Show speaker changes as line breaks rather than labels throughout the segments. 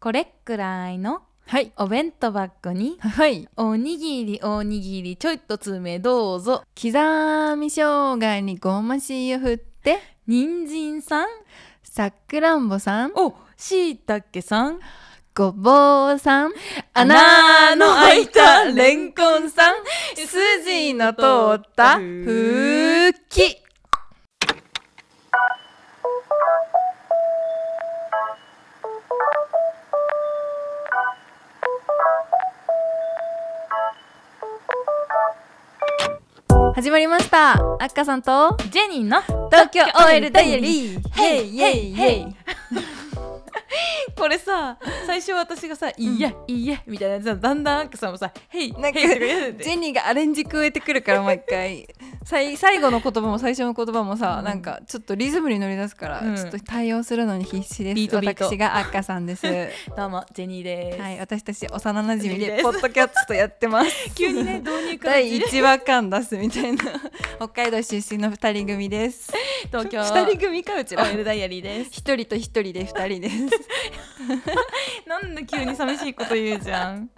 これくらいの
はい
お弁当箱に
はい
おにぎりおにぎりちょいと詰めどうぞ
刻み生姜にごましを振って
人参さん
さくらんぼさん
おしいたけさん
ごぼうさん
穴の開いたレン
コンさん
筋の通った
ふき始まりましたあっかさんと
ジェニーの
東京 OL ダイアリー
ヘ
ヘ
イ
イ
ヘ
ヘ
イ
イ
ヘ
ヘ
イ
イ
これさ最初私がさ「いいやいいや」みたいなやつなのだんだんアックさんもさ「ヘイヘイ」と
な
か
んか
言って
ジ
て
ェニーがアレンジ加えてくるから毎回さい 最後の言葉も最初の言葉もさ、
うん
なんかちょっとリズムに乗り出すから、
うん
ちょっと対応するのに必死です
ビートビート
私がアッカさんです は
どうもジェニーです、
い私たち幼なじみ
ジェニー
で
です
ポッドキャストやってます
急にね導入から
第1話感出すみたいな北海道出身の2人組です
東京
2人組かうちら
OL ダイアリーです
一人と一人で二人です
なんで急に寂しいこと言うじゃん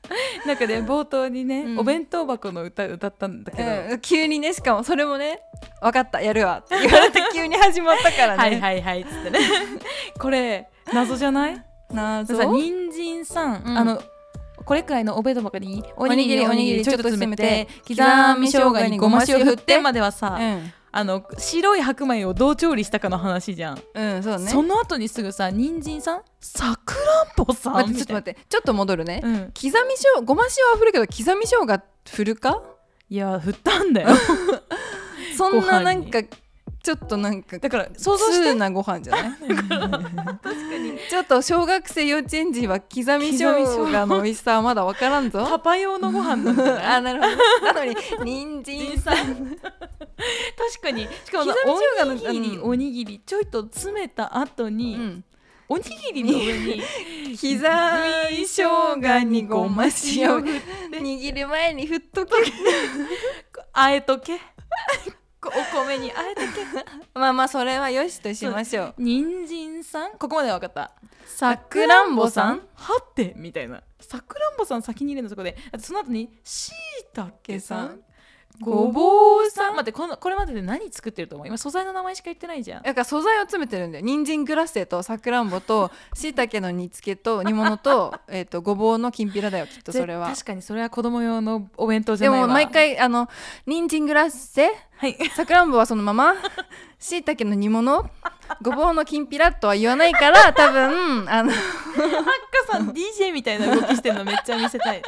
なんかね冒頭にね、
うん
お弁当箱の歌歌ったんだけど、
うん急にねしかもそれもね分かったやるわって言われて急に始まったからね
はいはいはいっつってね これ謎じゃない
謎
さ人参さん、
うん
あのこれくらいのお弁当ばかりおにぎりお
おにぎり
にぎりちょっと詰めて刻み生姜にごま塩振ってまではさ、
うん
あの白い白米をどう調理したかの話じゃん、
うんそうね
その後にすぐさ人参さんさくらんぼさん
待ってちょっと
みたい
待ってちょっと戻るね、
なうん、
刻み生ごま塩は振るけど刻み生姜振るか
いや振ったんだよ
そんななん
ご
かちょっとなんか
だから想
想
像
像
し
しててなご飯じゃ ない確かにちょっと小学生幼稚園児は刻み生姜の美味しさはまだ分からん
パ
ぞ
パ用のご飯なん だ
あなるほどなのに人参
人参確かにしかもさ
刻み
お
生姜の
にぎり
うん
おにぎりちょいと詰めた後に、
うん
おにぎりの上に
刻み生姜にごま塩
振っ
握る前に振っとけ
あえとけ お米にあえとけ
まあまあそれはよしとしましょう
人参さんここまでは分かったさ
くらんぼさん
はってみたいなさくらんぼさん先に入れるのそこであとその後にしいたけさんごぼうさん待ってこのこれまでで何作ってると思う今素材の名前しか言ってないじゃん
だから素材を詰めてるんだよ人参グラッセとさくらんぼ としいたけの煮つけと煮物とえっとごぼうのきんぴらだよきっとそれは
ぜ確かにそれは子供用のお弁当じ
で
ゃないわ
も毎回あの人参グラッセ
はい
さくらんぼはその まましいたけの煮物ごぼうのきんぴらとは言わないから多分あの
赤さん DJ みたいな動きしてるのめっちゃ見せた い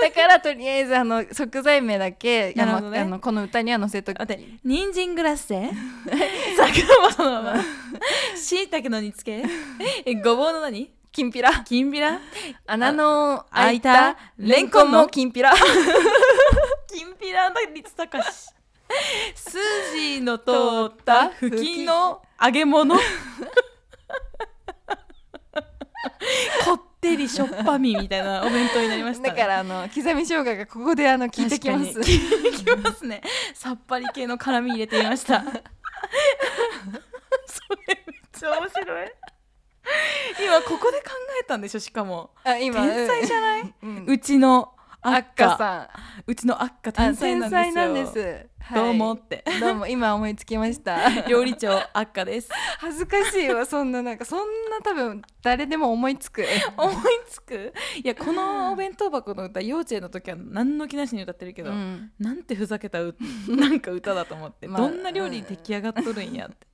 だからとりあえずあの食材名だけ、
なるほどね
あのこの歌には載せとき
待って人参グラッ セ桜もそのまましいたけの煮つけえごぼうの何
きんぴら
きんぴら
穴の
あ
開いたレンコンのきんぴら
きんぴらの率高し筋の通った布巾の揚げ物こってりしょっぱみみたいなお弁当になりました
だからあの刻み生姜がここであの効いてきます
確かに効いてきますねさっぱり系の辛み入れてみました それめっちゃ面白い今ここで考えたんでしょしかも
あ今
天才じゃない、
うん
うちの
あ
あっ
っか
か
さ
うちのあっか
ん。あ
天才なんですよ
はい
どうもって、
どうも、今思いつきました。
料理長あっかです
恥ずかしいわ、そんな、なんか、そんな多分、誰でも思いつく。
思いつくいやこのお弁当箱の歌幼稚園の時は何の気なしに歌ってるけど、
うん
なんてふざけた うなんか歌だと思って、
まあ
どんな料理出来上がっとるんやって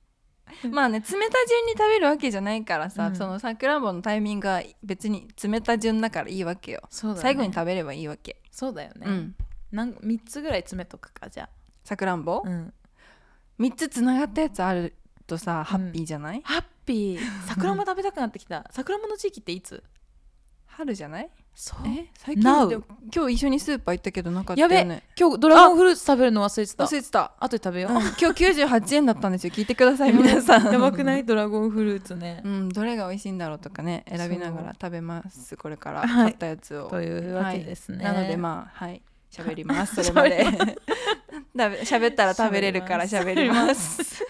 まあね詰めた順に食べるわけじゃないからさ、
うん
そのさくらんぼのタイミングは別に詰めた順だからいいわけよ、
そう
最後に食べればいいわけ、
そうだよね、
うん
なん3つぐらい詰めとくかじゃ
さくらんぼ
あ、、うん、
3つつながったやつあるとさ、ハッピーじゃない
ハッピー桜も食べたくなってきた桜もの地域っていつ
春じゃない
そう
え最
Now
近でも今日一緒にスーパー行ったけどなかったよね
やべ今日ドラゴンフルーツ食べるの忘れてた
忘れてた
後で食べよう、
うん今日98円だったんですよ聞いてください皆さ ん
やばくないドラゴンフルーツね、
うん、どれが美味しいんだろうとかね選びながら食べますこれから
はい
買ったやつを、
というわけですね、
なのでまあはい喋りま すそれまで だべ喋ったら食べれるから喋ります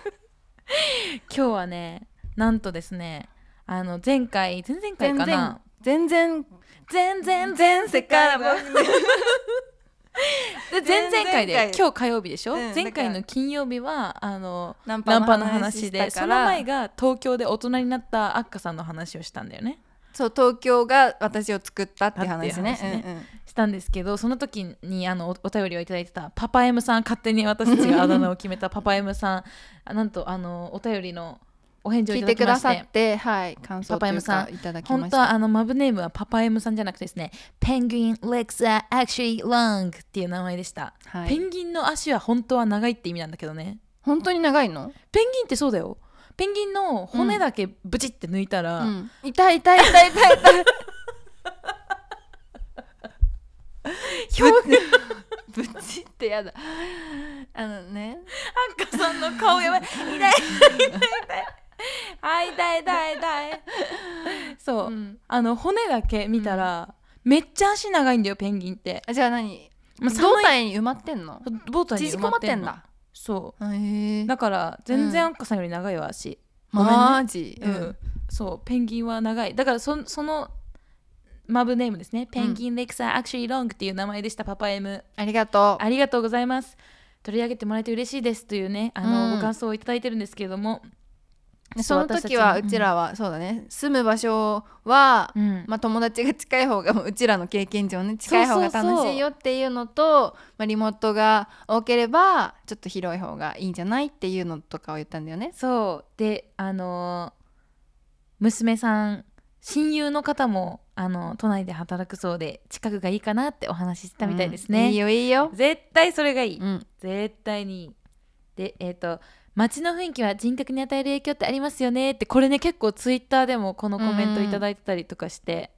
今日はねなんとですねあの前回前々回かな
全然
全然前世からもで前々回
前
で
々回
今日火曜日でしょ、
うん
前回の金曜日はあの
ナン
ナ
パ
ン
の
パの
話
話
で
で
そ
そ
の
の
前
前
が
が東京で大人になったアッカさんの話をしたんだよね
そう東京が私を作ったっていう話
だ
ね
っていう話ね
うんうん
したんですけどその時にあのおお便りをいただいてたパパ M さん勝手に私たち があだ名を決めたパパ M さんあなんとあのお便りのお返事を
聞
い
い
た
て
だき
く
ま
だ
し
さ
て
ってはい感想と
パパ
いう
M さ
か
ん
いただきま
本
し
当は
た
あのマブネームはパパ M さんじゃなくてですねペンギンレクサアクシーロングっていう名前でした、
は
ペ
い
ンギンの足は本当は長いって意味なんだけどね
本当に長いの
ペンギンってそうだよペンギンの骨だけブチって抜いたら、
うん痛い痛い痛い痛い痛い
表現
ぶちってやだあのね
アッカさんの顔やばい痛い痛い痛い痛い痛い痛い痛いそう、
うん
あの骨だけ見たら、めっちゃ足長いんだよペンギンって、
あじゃあ何
まあ、
胴体に埋まってんの
寒い胴体に
縮
埋
こまってん
の
だ
そ
へ
う
ー
だから全然
う
アッカさんより長いわ足ごめんね
マジ
うん、そうペンギンは長いだからそそのマブネームですねペンギンレクサーアクシーロングっていう名前でしたパパ M
ありがとう
ありがとうございます取り上げてもらえて嬉しいですというねあの、
うん
ご感想をいただいてるんですけれども
でその時はうち、らはそうだね住む場所
私た
は
ちのうんうん
まあ友達が近い方がもううちらの経験上ね近い方が楽しいよっていうのとまあリモートが多ければちょっと広い方がいいんじゃないっていうのとかを言ったんだよね
そうであの娘さん親友の方もあの都内で働くそうで近くがいいかなってお話ししてたみたいです
うんいい
ね、
よいいよ
絶対それがいい、
うん
絶対にいいでえっ、と街の雰囲気は人格に与える影響ってありますよねってこれね結構ツイッターでもこのコメントいただいてたりとかして、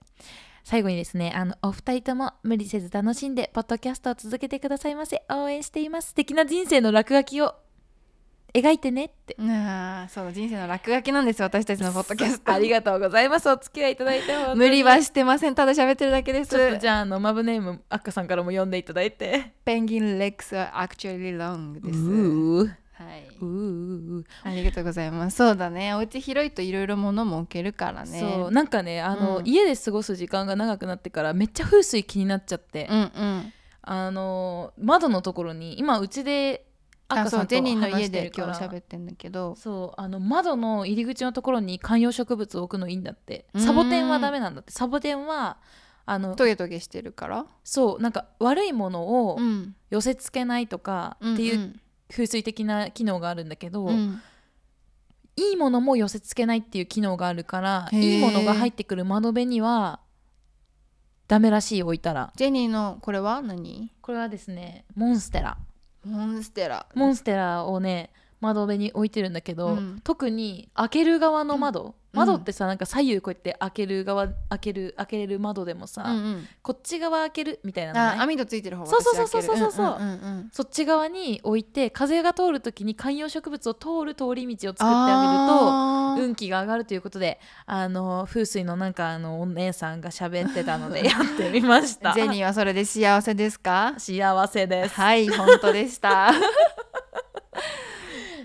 最後にですねあのお二人とも無理せず楽しんでポッドキャストを続けてくださいませ応援しています素敵な人生の落書きを描いてねって
ああそう人生の落書きなんですよ私たちのポッドキャスト
ありがとうございますお付き合いいただいて本当に
無理はしてませんただ喋ってるだけです
ちょっとじゃああのマブネームアッカさんからも読んでいただいて
ペンギンレックスは actually long
う
です
ー
はい、
うー
ありがとうございますそうだねお家広いといろいろ物も置けるからね
そうなんかねあの、
うん
家で過ごす時間が長くなってからめっちゃ風水気になっちゃって、
うんうん
あの窓のところに今うちで
あ
赤
そ
さ
うん
と
ジェニーの
話
家
して
で
るか
今
ら
日喋ってんだけど
そうあの窓の入り口のところに観葉植物を置くのいいんだって
うーん
サボテンはダメなんだってサボテンはあの
トゲトゲしてるから
そうなんか悪いものを
ん
寄せ付けないとかっていううん風水的な機能があるんだけど、
うん
いいものも寄せ付けないっていう機能があるから
へー
いいものが入ってくる窓辺にはダメらしい置いたら
ジェニーのこれは何
これはですねモンステラ
モンステラ
モンステラをね窓辺に置いてるんだけど、
うん
特に開ける側の窓、窓ってさなんか左右こうやって開ける側開ける開けれる窓でもさ、
うんうん
こっち側開けるみたいなの
あ
ね
網戸ついてる方
そうそうそう
私開ける
そうそうそうん
んんん
そっち側に置いて風が通る時に観葉植物を通る通り道を作ってあげると
あー
運気が上がるということであの風水のなんかあのお姉さんが喋ってたの でやってみました
ジェニーはそれで幸せですか
幸せです
はい本当でした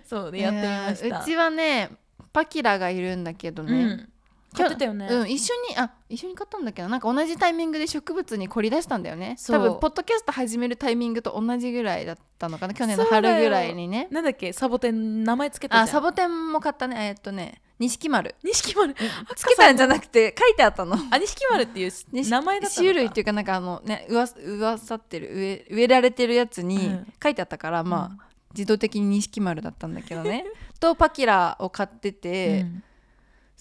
そうでやってみまし
いや
た
ーうちはねパキラがいるんだけど
う
ね、
ん買ってたよね
うん一緒にあ一緒に買ったんだけどなんか同じタイミングで植物に凝り出したんだよね
そう
多分ポッドキャスト始めるタイミングと同じぐらいだったのかな去年の春ぐらいにね
なんだっけサボテン名前つけた
あ
じゃ
サ
ん
ボテンも買ったねえーっとね錦丸
錦丸
つけたんじゃなくて書いてあったの
あ錦丸っていう
錦
名前だったのか
種類っていうかなんかあのねうわうわさってる植え植えられてるやつ
う
に
ん
書いてあったから、
う
ま
ん
あ自動的に錦丸だったんだけどね とパキラを買ってて、
うん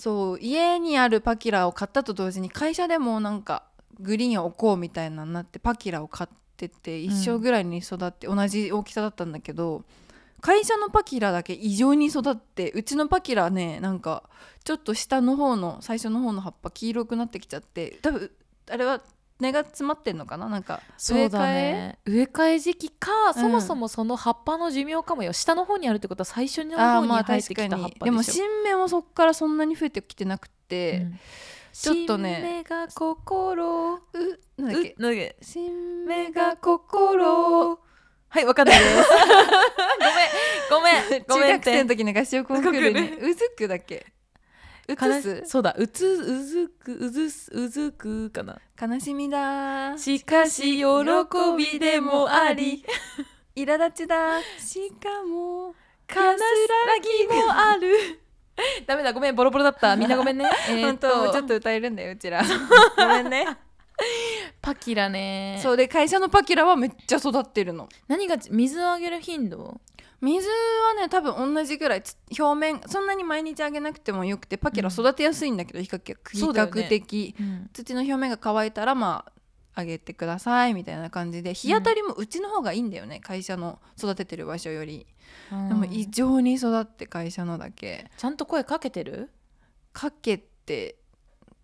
そう家にあるパキラを買ったと同時に会社でもなんかグリーンを置こうみたいなのになってパキラを買ってて一生ぐらいに育って、同じ大きさだったんだけど会社のパキラだけ異常に育ってうちのパキラねなんかちょっと下の方の最初の方の葉っぱ黄色くなってきちゃって多分あれは根が詰まってんのかななんか
そうだね植え替え時期か、
ん
そもそもその葉っぱの寿命かもよ下の方にあるってことは最初の
あ
方
ー
に
まあ
生え
確
て
か
きた葉っ
に
ぱ
で
で
も
しょ
新芽もそっからそんなに増えてきてなく
う
て、
ん
ちょっとね
新芽が心う
うなんだっけ
なんだっけ
新
目が心はいわかんないです ごめんごめんご
中
めんっ
学生
て
の時の合唱コンクール
コン
に
ク
うずくだっけう
悲し
つす
そうだうつうずくうずすうずくかな
悲しみだ
しかし喜びでもあり
苛立ちだしかも
悲しらぎもある ダメだごめんボロボロだったみんなごめん ねえ
本
っと
当ちょっと歌えるんだようちらごめんね
パキラね
そうで会社のパキラはめっちゃ育ってるの
何が水をあげる頻度
水はね多分同じぐらいつ表面そんなに毎日あげなくてもよくてパキラ育てやすいんだけど、比較比
そうだよね
較的、
うん
土の表面が乾いたらまああげてくださいみたいな感じで日当たりもうちの方がいいんだよね、会社の育ててる場所より、でも異常に育って会社のだけ
ちゃんと声かけてる
かけて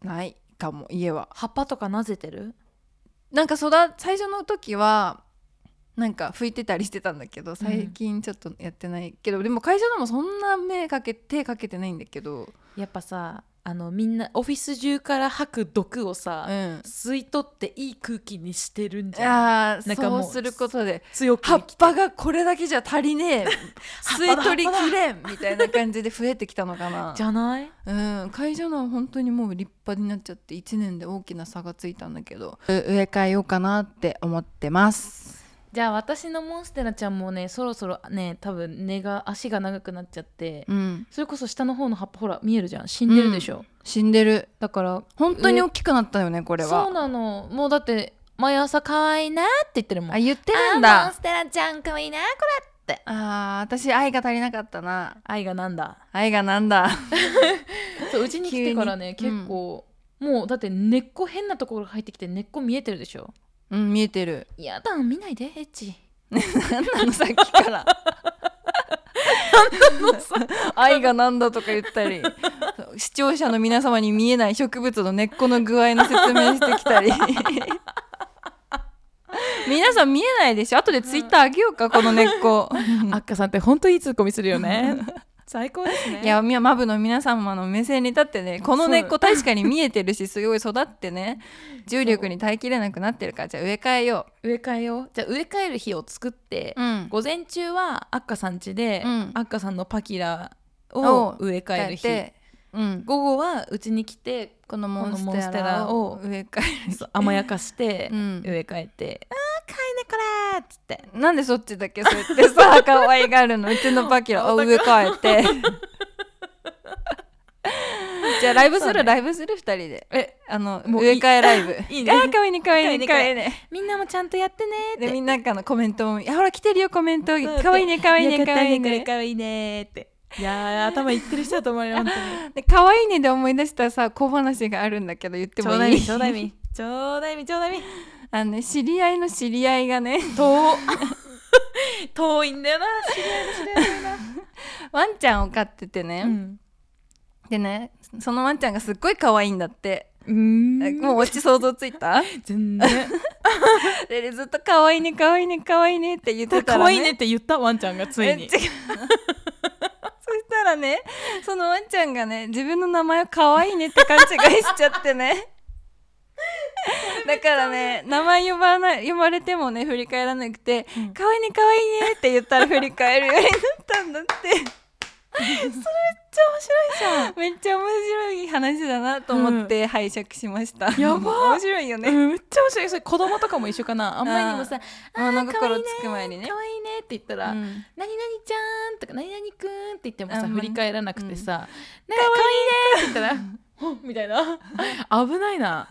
ないかも家は
葉っぱとかなぜてる
なんか育最初の時はなんか拭いてたりしてたんだけど最近ちょっとやってないけど、でも会社のもそんな目かけ手かけてないんだけど、
やっぱさあのみんなオフィス中から吐く毒をさ、
うん、
吸い取っていい空気にしてるんじゃん
あ
な
あ
んかも
そううすることで
強く
葉
生
っ
き
ぱがこれだけじゃ足りねえ
葉っ
吸
ぱ
い
だ
取りきれんみたいな感じで増えてきたのかな
じゃない
うん、会社のは本当にもう立派になっちゃって1年で大きな差がついたんだけどう植え替えようかなって思ってます
じゃあ私のモンステラちゃんもねそろそろね多分根が足が長くなっちゃって、
うん
それこそ下の方の葉っぱほら見えるじゃん死んでるでしょ、
死んでる
だから
本当に大きくなったよねこれは
そうなのもうだって毎朝可愛いなって言ってるもん
あ言ってるん
あモン
だ
ステラちゃん可愛いなこれ
あー私愛が足りなかったな
愛がなんだ
愛がなんだ
そううちに来てからね
急に
結構、もうだって根っこ変なところ入ってきて根っこ見えてるでしょ
うん見えてる
いやだ見ないでエッチ
何なのさっきから愛がなんだとか言ったりそう視聴者の皆様に見えない植物の根っこの具合の説明してきた り皆さん見えないでしょ後でツイッターあげようかこの根っ こ
あっかさんって本当いいツッコミするよね 最高ですね
いやみマブの皆様の目線に立ってねこの根っこ確かに見えてるしすごい育ってね重力に耐えきれなくなってるからじゃあ植え替えよ
植え替えようじゃあ植え替える日を作って、
う、うん
午前中はあっかさん家で、
うん
あっかさんのパキラを
を
植え替える日
て、うん、
午後はうちに来て
この
モ
モ
ン
ン
ステラを
ステラを植え替える日
そう甘やかして
うん
植え替えて「あーかいねこれ」っつって
なんでそっちだけそうやっ てさ可愛がるのうちのパキラを植え替えてじゃあライブす
そうね
る、ライブする2人で
え
あの
もうい
植え替えライブ
いいね
あー可愛いね可愛いね
可
可
愛
愛
い
いね
みんなもちゃんとやってねーって
でみんなからのコメントも「いやほら来てるよコメント
そう
可愛いね可愛い
よか
ね
った
可愛い
これ
ね
かわいいねーっていやー頭いってる人だと思われる本当に」
で可愛いねで思い出したさ小話があるんだけど言って
ち
も
ょうだい
いい
みちょうだいみちょうだいみちょうだいみ
あのね知り合いの知り合いがね
遠遠いんだよな知り合いの知り合いだよ
ワンちゃんを飼っててね、
なうん
でねそのワンちゃんがすっごい可愛いんだって、え
ん
もうお家想像ついた
全然
ででずっと可愛いね可愛いね可愛いねって言ってたら、ね、
可 愛いねって言ったワンちゃんがついに
え違う そしたらねそのワンちゃんがね自分の名前を可愛いねって勘違いしちゃってねだからね名前呼ばない呼ばれてもね振り返らなくて「可愛いね可愛いね」って言ったら振り返るようになったんだ ってめっちゃ面白い話だなと思って拝借しました、
やば
面白いよね
うんめっちゃ面白いそれ子供とかも一緒かなあんまりにもさ「あ
物
ー可愛
心
いね
つく前にね
可愛いね」って言ったら「
う
何
ん
々ちゃん」とか「何々くん」って言っても
あ
さ
んま
振
り
り返らなくてさ「なんか可愛いね」って言ったら 「ほっ」みたいな 危ないな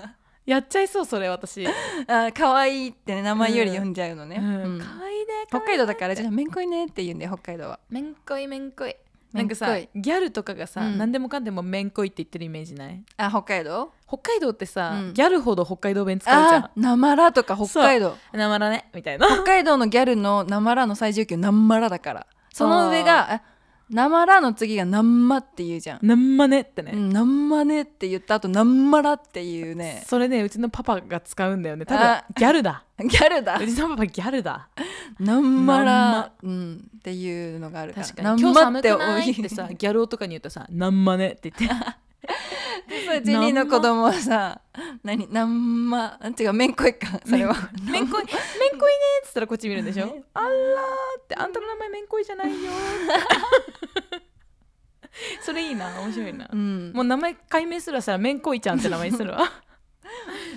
やっちゃい そうそれ私
あ可愛いってね名前より呼んじゃうのね、
うん
うん
可愛いね
北海道だ
ら
からじゃあめんこいねって言うんで北海道は
めんこいめんこいな
め
ん
ん
か
こい
さギャルとかがさ
うん
何でもかんでもめんこいって言ってるイメージない
あ北海道
北海道ってさ
うん
ギャルほど北海道弁使うじゃ
あなまらとか北海道
んなまらねみたいな
北海道のギャルのなまらの最上級なまらだからその上があなまらの次がなんまって言うじゃん、
なんまねってね
うん、なんまねって言った後なんまらっていうね
それねうちのパパが使うんだよねただ
あ
ギャル だ
ギャルだ
うちのパパギャルだ
なんま
なん
ら
ま、
うん、っていうのがあるから
確かに
な
今
ん
日
ま
寒くない
多
ってさギャル男に言うとさなんまねって言って
そうジェニーの子供はさ何なんまあ違うめんこいかそれは
めんこいめんこいねっつったらこっち見るんで しょあらーってあんたの名前めんこいじゃないよーってそれいいな面白いな、
うん
もう名前解明するわしたらめんこいちゃんって名前にする わ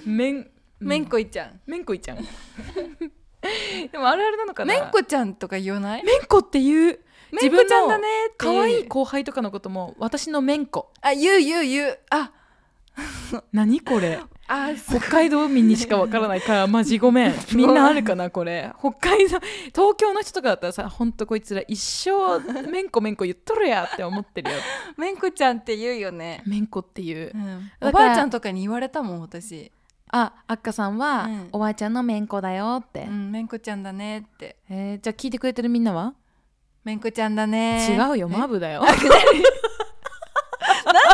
めん
めんこいちゃん
めんこい ちゃんでもあるあるなのかな
めんこちゃんとか言わない
めんこっていう
めんこちゃんだねって
可愛い後輩とかのことも私のめんこ
あ言う言う言うあ
何これ
あ
北海道民にしかわからないからマジご めんみんなあるかなこれ北海道東京の人とかだったらさほんとこいつら一生めんこめんこ言っとるやって思ってるよ
めんこちゃんって言うよね、
めんこっていう
うん、
ら
おばあちゃんとかに言われたもん私、
ああっかさんは、
うん
おばあちゃんのめんこだよって、
うん、めんこちゃんだねって
えーじゃあ聞いてくれてるみんなは、
めんこちゃんだね
違うよマブだ よ
なん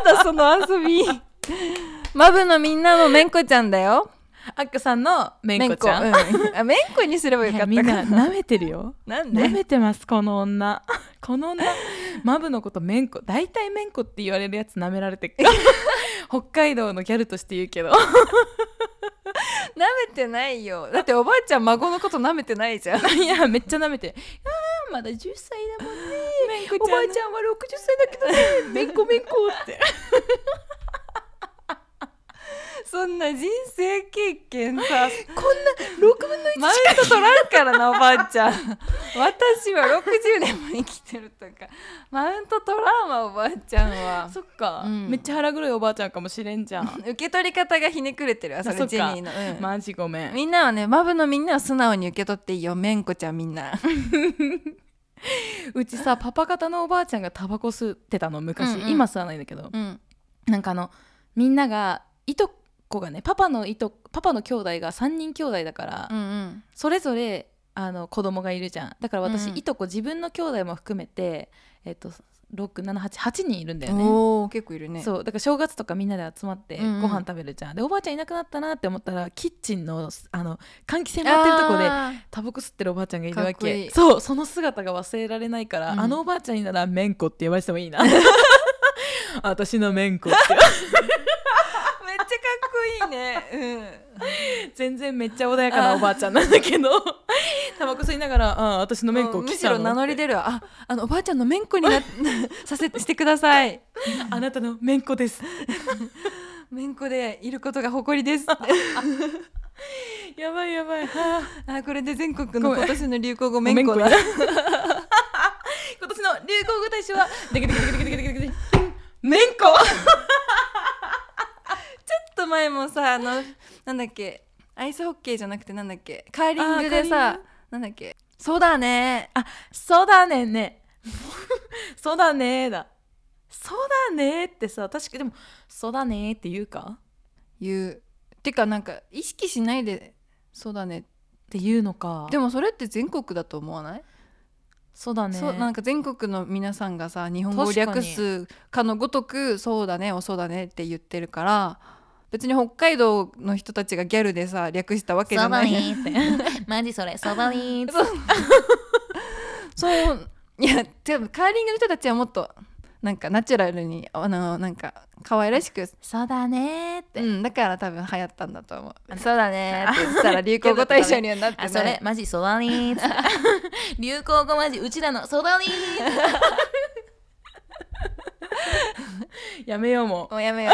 だその遊びマブのみんなもめんこちゃんだよ
あっかさんのめんこちゃん、
めんこ,、うん、あめんこにすればよかったか
みんな舐めてる よ
なん
舐
で
めてますこの女 この女マブのことめんこ大体めんこって言われるやつ舐められて っから北海道のギャルとして言うけど
舐めてないよだっておばあちゃん孫のこと舐めてないじゃん
いやめっちゃ舐めてあーまだ10歳だもんね
めんこ
おばあちゃんは60歳だけどねめんこめんこって
そんな人生経験さ
こんな6分の
マウント取らんからなおばあちゃん私は60年も生きてるとかマウント取らんわおばあちゃんは
そっか、
うん
めっちゃ腹黒いおばあちゃんかもしれんじゃん
受け取り方がひねくれてるあそれ
そっか
ジェニーの、うん
マジごめん
みんなはねマブのみんなは素直に受け取っていいよめんこちゃんみんな
うちさパパ方のおばあちゃんがタバコ吸ってたの昔、
うんうん
今吸わないんだけど
うん
なんかあのみんながいとこがねパパのいとパパの兄弟が3人兄弟だから、
うんうん
それぞれあの子供がいるじゃんだから私、
うんうん
いとこ自分の兄弟も含めてえっと6788人いるんだよね
おお結構いるね
そうだから正月とかみんなで集まって
うんうん
ご飯食べるじゃん、でおばあちゃんいなくなったなって思ったらキッチンのあの換気扇回ってるとこで
あー
タバコ吸ってるおばあちゃんがいるわけ
かっこいい
そうその姿が忘れられないから、
うん
あのおばあちゃんになら「めんこ」って呼ばれてもいいな 私のめん こって
めっちゃかっこいいね
全然めっちゃ穏やかなおばあちゃんなんだけど タバコ吸いながら「あ私
う
の
ん
めんこ
む
来
した
の」
ろ名乗り出るわああのおばあちゃんのめんこにな させてしてください
あなたのめんこです
めんこでいることが誇りですって
やばいや ばいはあ
あこれで全国の
ごめん
今年の流行語めんこだ
め今 年の流行語大賞はデキデキデキデキデキデキデキめんこ
ちょっと前もさあのなんだっけアイスホッケーじゃなくてなんだっけカーリング
あーカー
で
リン
さ
グ
なんだっけそうだね
あそうだねんね そうだねーだそうだねーってさ確かでもそうだねーって言うか
言うてかなんか意識しないでそうだね
って言うのか
で
も
もそれって全国だと思わない、
そうだね
そうなん
か
か全国の皆さんがさ日本語を
確かに
略すかのごとく「そうだね」お「そうだね」って言ってるから別に北海道の人たちがギャルでさ略したわけじゃない
ってマジそれそうだねーって
そういやでもカーリングの人たちはもっとなんかナチュラルにあのなんか可愛らしく
そうだねーって
うん、だから多分流行ったんだと思
あ
うそうだねって言ったら流行語大賞にはなってない
マジソダニー 流行語マジうちらのソダニーやめようも
もうやめよ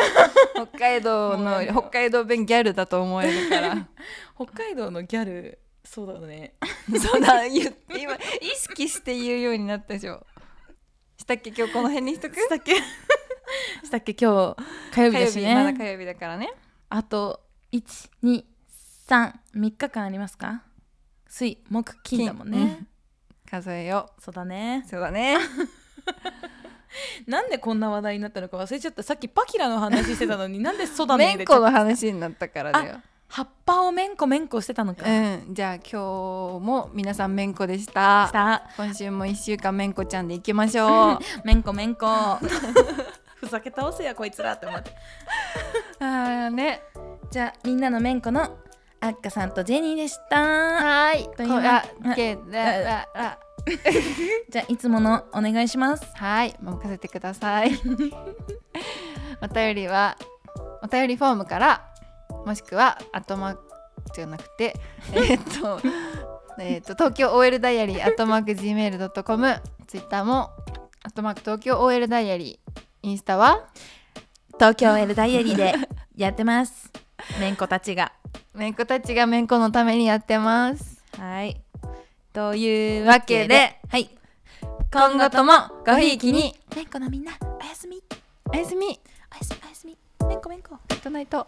う北海道
もう
の
やめよう
北海道弁ギャルだと思われるから
う北海道のギャルそうだね
そうだ言って今意識して言うようになったでしょしたっけ今日この辺にしとく
したっけしたっけ今日火曜日
火
だ
曜
し
日、
ね
まだ火曜日だからね
あと1233日間ありますか水木金だもんね、
金うん数えよ
そうだね
うそうだね
なんでこんな話題になったのか忘れちゃったさっきパキラの話してたの になんでソダニ
め
ーで
んこの話になったからだよ
葉っぱをめんこめんこしてたのか、
うんじゃあ今日も皆さんめんこでした
した
今週も1週間めんこちゃんでいきま しょう
めんこめん こふざけ倒せやこいつらって思って
あーね
じゃあみんなのめんこのあっかさんとジェニーでした
はーい
と
と
い
いうう
わ
わ
け
け
で
らら
じゃあいつものお願いします
はい任せてください お便りはお便りフォームからもしくはアトマじゃなくてえーっ とえーっと東京 OL ダイアリーアットマーク Gmail.com ツイッターもあとまあ東京 OL ダイアリーインスタは
東京 L ダイアリーで やってます。めんこたちが。
めんこたちがめんこのためにやってます
はい。というわけで、はい。
今後ともごひいきに
めんこのみんな、おやすみ。
おやすみ
おやすみ、おやすみ。めんこめんこ。
グッドナイト